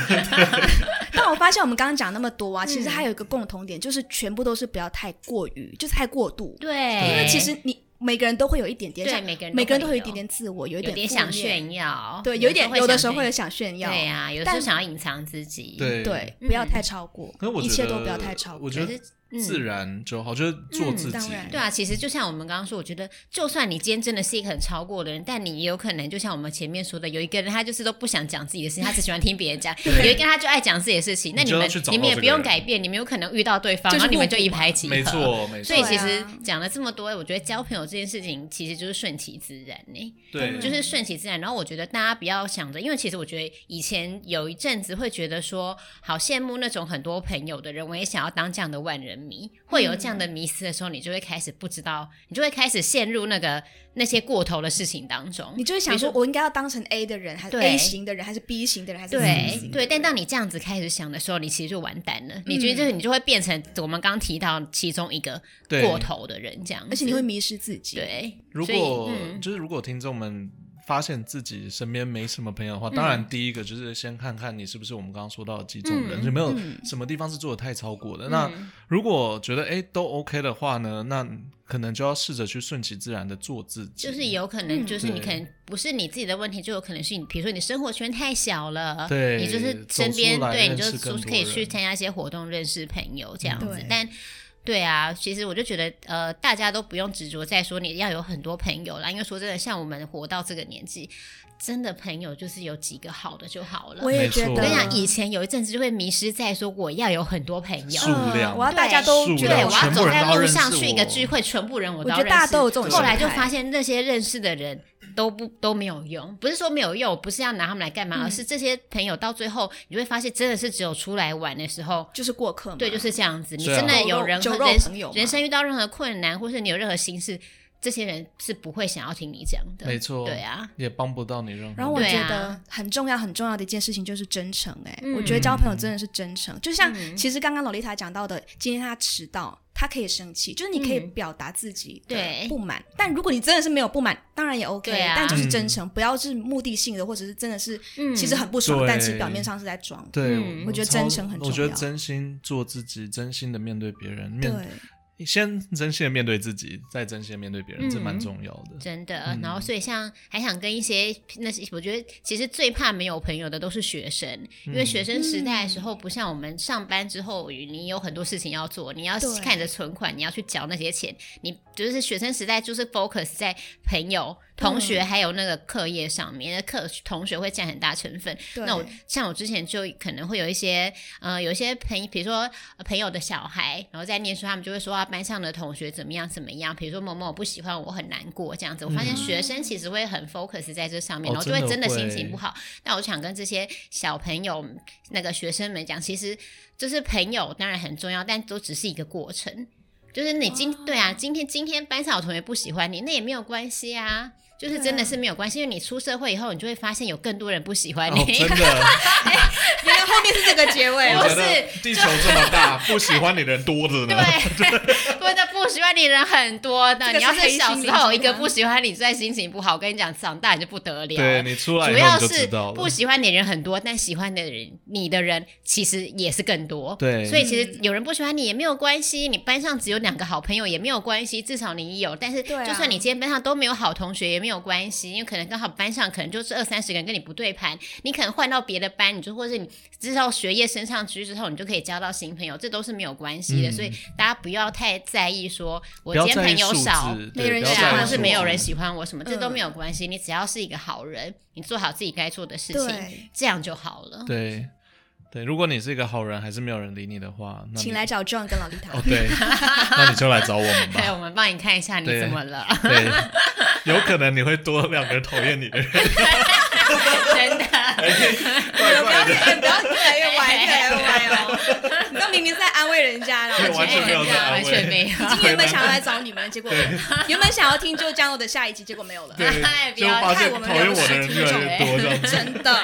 S1: 但我发现我们刚刚讲那么多啊，
S2: 嗯
S1: 其实还有一个共同点，就是全部都是不要太过于，就是太过度。
S2: 对，
S1: 因
S2: 因
S1: 为其实你每个人都会有一点点，
S2: 对
S1: 像
S2: 每个人
S1: 每个人
S2: 都
S1: 都
S2: 会
S1: 会
S2: 有
S1: 有一点点自我，有一
S2: 有点
S1: 点
S2: 想
S1: 负面
S2: 炫耀，
S1: 对，有一点有的时候会有
S2: 想
S1: 想炫
S2: 炫
S1: 耀，
S2: 耀对啊，有时候
S1: 但
S2: 想要隐藏自己，
S3: 对
S1: 对，
S2: 嗯
S1: 不要太超过
S3: 可是我，觉
S1: 一
S3: 得
S1: 切都不要太超过
S3: 我。觉
S2: 可
S3: 得
S2: 是
S3: 自然就好，就是做自
S1: 嗯当
S3: 己。
S1: 然
S2: 对啊，其实就像我们刚刚说，我觉得就算你今天真的是一个很超过的人，但你也有可能就像我们前面说的，有一个人他就是都不想讲自己的事情，他只喜欢听别人讲；有一个人他就爱讲自己的事情。那你
S3: 你就要
S2: 们
S3: 去找
S2: 你们
S3: 到
S2: 也
S3: 这
S2: 不
S3: 个
S2: 用
S3: 人
S2: 改变，你们有可能遇到对方，
S1: 就是
S2: 然后你们
S1: 互补
S2: 就一
S1: 嘛
S2: 拍即合。
S3: 没错，没
S2: 所
S3: 错
S2: 以。
S1: 对
S2: 其实
S1: 啊
S2: 讲了这么多，我觉得交朋友这件事情其实就是顺其自然欸呢、
S3: 对，
S2: 就是顺其自然。然后我觉得大家不要想着，因为其实我觉得以前有一阵子会觉得说，好羡慕那种很多朋友的人，我也想要当这样的万人迷。会有这样的
S1: 嗯
S2: 迷思的时候，你就会开始不知道，你就会开始陷入那个那些过头的事情当中
S1: 你。就会想说，我应该要当成 A 的人，还是
S2: 对
S1: A 型的人，还是 B 型的人，还是 C
S2: 对嗯
S1: 型的
S2: 对，
S1: 人
S2: 但当你这样子开始想的时候，你其实就完蛋了。你觉得
S1: 嗯
S2: 你就会变成我们刚提到其中一个
S3: 对
S2: 过头的人，这样子，
S1: 而且你会迷失自己。，
S2: 对。
S3: 如
S2: 所以
S3: 果、
S2: 嗯
S3: 就是如果听众们发现自己身边没什么朋友的话，当
S1: 嗯
S3: 然第一个就是先看看你是不是我们刚刚说到的几种人，
S2: 嗯
S3: 有没有什么地方是做的太超过
S1: 嗯
S3: 的。那如果觉得哎、诶都 OK 的话呢，那可能就要试着去顺其自然的做自己，
S2: 就是有可
S1: 嗯
S2: 能，就是你
S3: 嗯对
S2: 可能不是你自己的问题，就有可能是你，比如说你生活圈太小了，
S3: 对
S2: 你就是
S3: 走
S2: 身边
S3: 出来
S2: 对，你
S3: 认
S2: 就
S3: 识更
S2: 是
S3: 多
S2: 可以去
S3: 人
S2: 参加一些活动，认识朋友这样
S1: 嗯
S2: 子
S1: 对，
S2: 但。对啊，其实我就觉得，呃，大家都不用执着在说你要有很多朋友啦，因为说真的，像我们活到这个年纪，真的朋友就是有几个好的就好了。
S1: 我
S2: 我
S1: 也嗯
S3: 没
S1: 觉
S3: 错
S1: 得。
S2: 跟你讲，以前有一阵子就会迷失在说我要有很多朋友，
S3: 数量
S1: 嗯我要大家都
S3: 数
S1: 觉
S2: 对，
S1: 得
S3: 量
S2: 我
S1: 我
S2: 要
S3: 全部
S2: 走
S3: 人
S2: 在
S3: 都要
S2: 路
S3: 认识
S2: 上去一个
S3: 我
S2: 聚会，全部人我
S1: 我
S2: 都
S1: 觉
S2: 要
S1: 得
S2: 认识。
S1: 大家都有这种
S2: 后
S1: 心
S2: 来就
S1: 态
S2: 发现那些认识的人都不都没有用，不是说没有用，不是要拿他们来干嘛，而
S1: 嗯
S2: 是这些朋友到最后你会发现，真的是只有出来玩的时候。
S1: 就是过客嘛。
S2: 对，就是这样子。你
S3: 是啊
S2: 真的有人
S1: 酒肉
S2: 人
S1: 酒肉朋友嘛
S2: 人生遇到任何困难，或是你有任何心事，这些人是不会想要听你讲的。
S3: 没错
S2: 对啊，
S3: 也帮不到你任何人。
S1: 然后我
S2: 对
S1: 觉
S2: 啊
S1: 得很重要、很重要的一件事情就是真诚、欸。哎、
S2: 嗯
S1: 我觉得交朋友真的是真诚，就像
S2: 嗯
S1: 其实刚刚洛丽塔讲到的，今天她迟到，她可以生气，就是你可以
S2: 嗯
S1: 表达自己
S2: 对
S1: 的不满。但如果你真的是没有不满，当然也 OK，、
S2: 对啊
S1: 但就是
S3: 嗯
S1: 真诚，不要是目的性的，或者是真的是、
S2: 嗯
S1: 其实很不爽
S3: 对，
S1: 但是表面上是在装。
S3: 对，
S2: 嗯
S1: 我觉得
S3: 超
S1: 真诚很重要
S3: 我觉得真心做自己，真心的面对别人，
S1: 对
S3: 面先真心的面对自己，再真心的面对别人，
S2: 嗯
S3: 这蛮重要 的。
S2: 真的，然后所以像还想跟一些那些，我觉得其实最怕没有朋友的都是学生，因为学生时代的时候，不像我们上班之后，你有很多事情要做，你要
S1: 对
S2: 看着存款，你要去缴那些钱，你就是学生时代就是 focus 在朋友、同学还有那个课业上面，那课同学会占很大成分。
S1: 对，
S2: 那我像我之前就可能会有一些，呃，有一些朋，比如说、呃朋友的小孩，然后在念书，他们就会说啊，班上的同学怎么样怎么样，比如说某某不喜欢我，很难过这样子。我发现学生其实会很 focus 在这上面，
S3: 哦
S2: 然后就会
S3: 真
S2: 真
S3: 的
S2: 的
S3: 会
S2: 心情不好。那我想跟这些小朋友、那个学生们讲，其实就是朋友当然很重要，但都只是一个过程。就是你今、对啊，今天今天班上有同学不喜欢你，那也没有关系啊。就是真的是没有关系，因为你出社会以后，你就会发现有更多人不喜欢你。
S3: 哦，真的，
S1: 原来后面是这个结尾
S3: 我
S2: 不
S3: 觉
S2: 哎是
S3: 得地球这么大，不喜欢你的人多着呢。
S2: 对， 不的不喜欢你的人很多的。
S1: 这个是
S2: 你要是
S1: 黑心
S2: 小时候有一
S1: 灵性
S2: 个
S1: 啊
S2: 不喜欢你，在心情不好，我跟你讲，长大你就不得了。
S3: 对你出来
S2: 啊主
S3: 以后
S2: 要
S3: 你就知
S2: 是
S3: 道
S2: 不
S3: 了。
S2: 喜欢你的人很多，但喜欢的人你的人其实也是更多。
S3: 对
S2: 所以其实有人不喜欢你也没有关系，你班上只有两个好朋友也没有关系，至少你有。但是
S1: 对啊
S2: 就算你今天班上都没有好同学也没有关系，因为可能刚好班上可能就是二三十个人跟你不对盘，你可能换到别的班，你就或者你知道学业升上去之后，你就可以交到新朋友，这都是没有关系的。
S3: 嗯
S2: 所以大家不要太在意说我
S3: 不要
S2: 今天
S3: 在
S2: 朋
S3: 意
S2: 友
S3: 数
S2: 少，
S3: 字，
S1: 没
S3: 对，
S1: 人
S3: 不
S2: 对
S3: 要
S1: 喜
S2: 啊，
S1: 欢
S2: 或
S3: 在
S2: 者
S3: 意
S2: 是没有人
S3: 数字
S2: 喜欢我什么，这都
S1: 嗯
S2: 没有关系。你只要是一个好人，你做好自己该做的事情，
S1: 对，
S2: 这样就好了。
S3: 对对，如果你是一个好人，还是没有人理你的话，那你
S1: 请来找 John 跟老丽塔。
S3: 哦， 对，那你就来找我们
S2: 对，
S3: 吧。
S2: 哎我们帮你看一下你
S3: 对
S2: 怎么了，
S3: 对，有可能你会多两个讨厌你的人，
S2: 真 的。
S3: 哎怪怪的，
S1: 哎不要越来越歪，越来越歪哦！那明明是在安慰人家了，
S3: 对完全没 有在安
S2: 哎完
S3: 慰
S2: 全没 有。
S1: 今天原本想要来找你们，结果原本想要听就将我的下一集，结果没 有了，
S2: 哎
S3: 对，
S2: 不
S3: 就
S2: 要
S3: 发
S1: 害
S3: 现
S1: 我们
S3: 讨厌
S1: 两
S3: 我
S1: 个
S3: 的人越来越多这样子。
S1: 真的。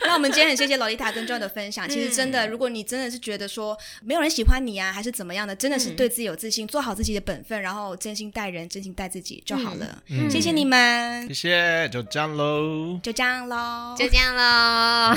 S1: 那我们今天很谢谢洛丽塔跟 John 的分享。其实真的，如果你真的是觉得说没有人喜欢你啊，还是怎么样的，真的是对自己有自信，做好自己的本分，然后真心待人，真心待自己就好了。
S3: 嗯
S1: 谢谢你们
S3: 谢，谢，就这样喽。
S1: 就这样喽，
S2: 就这样喽。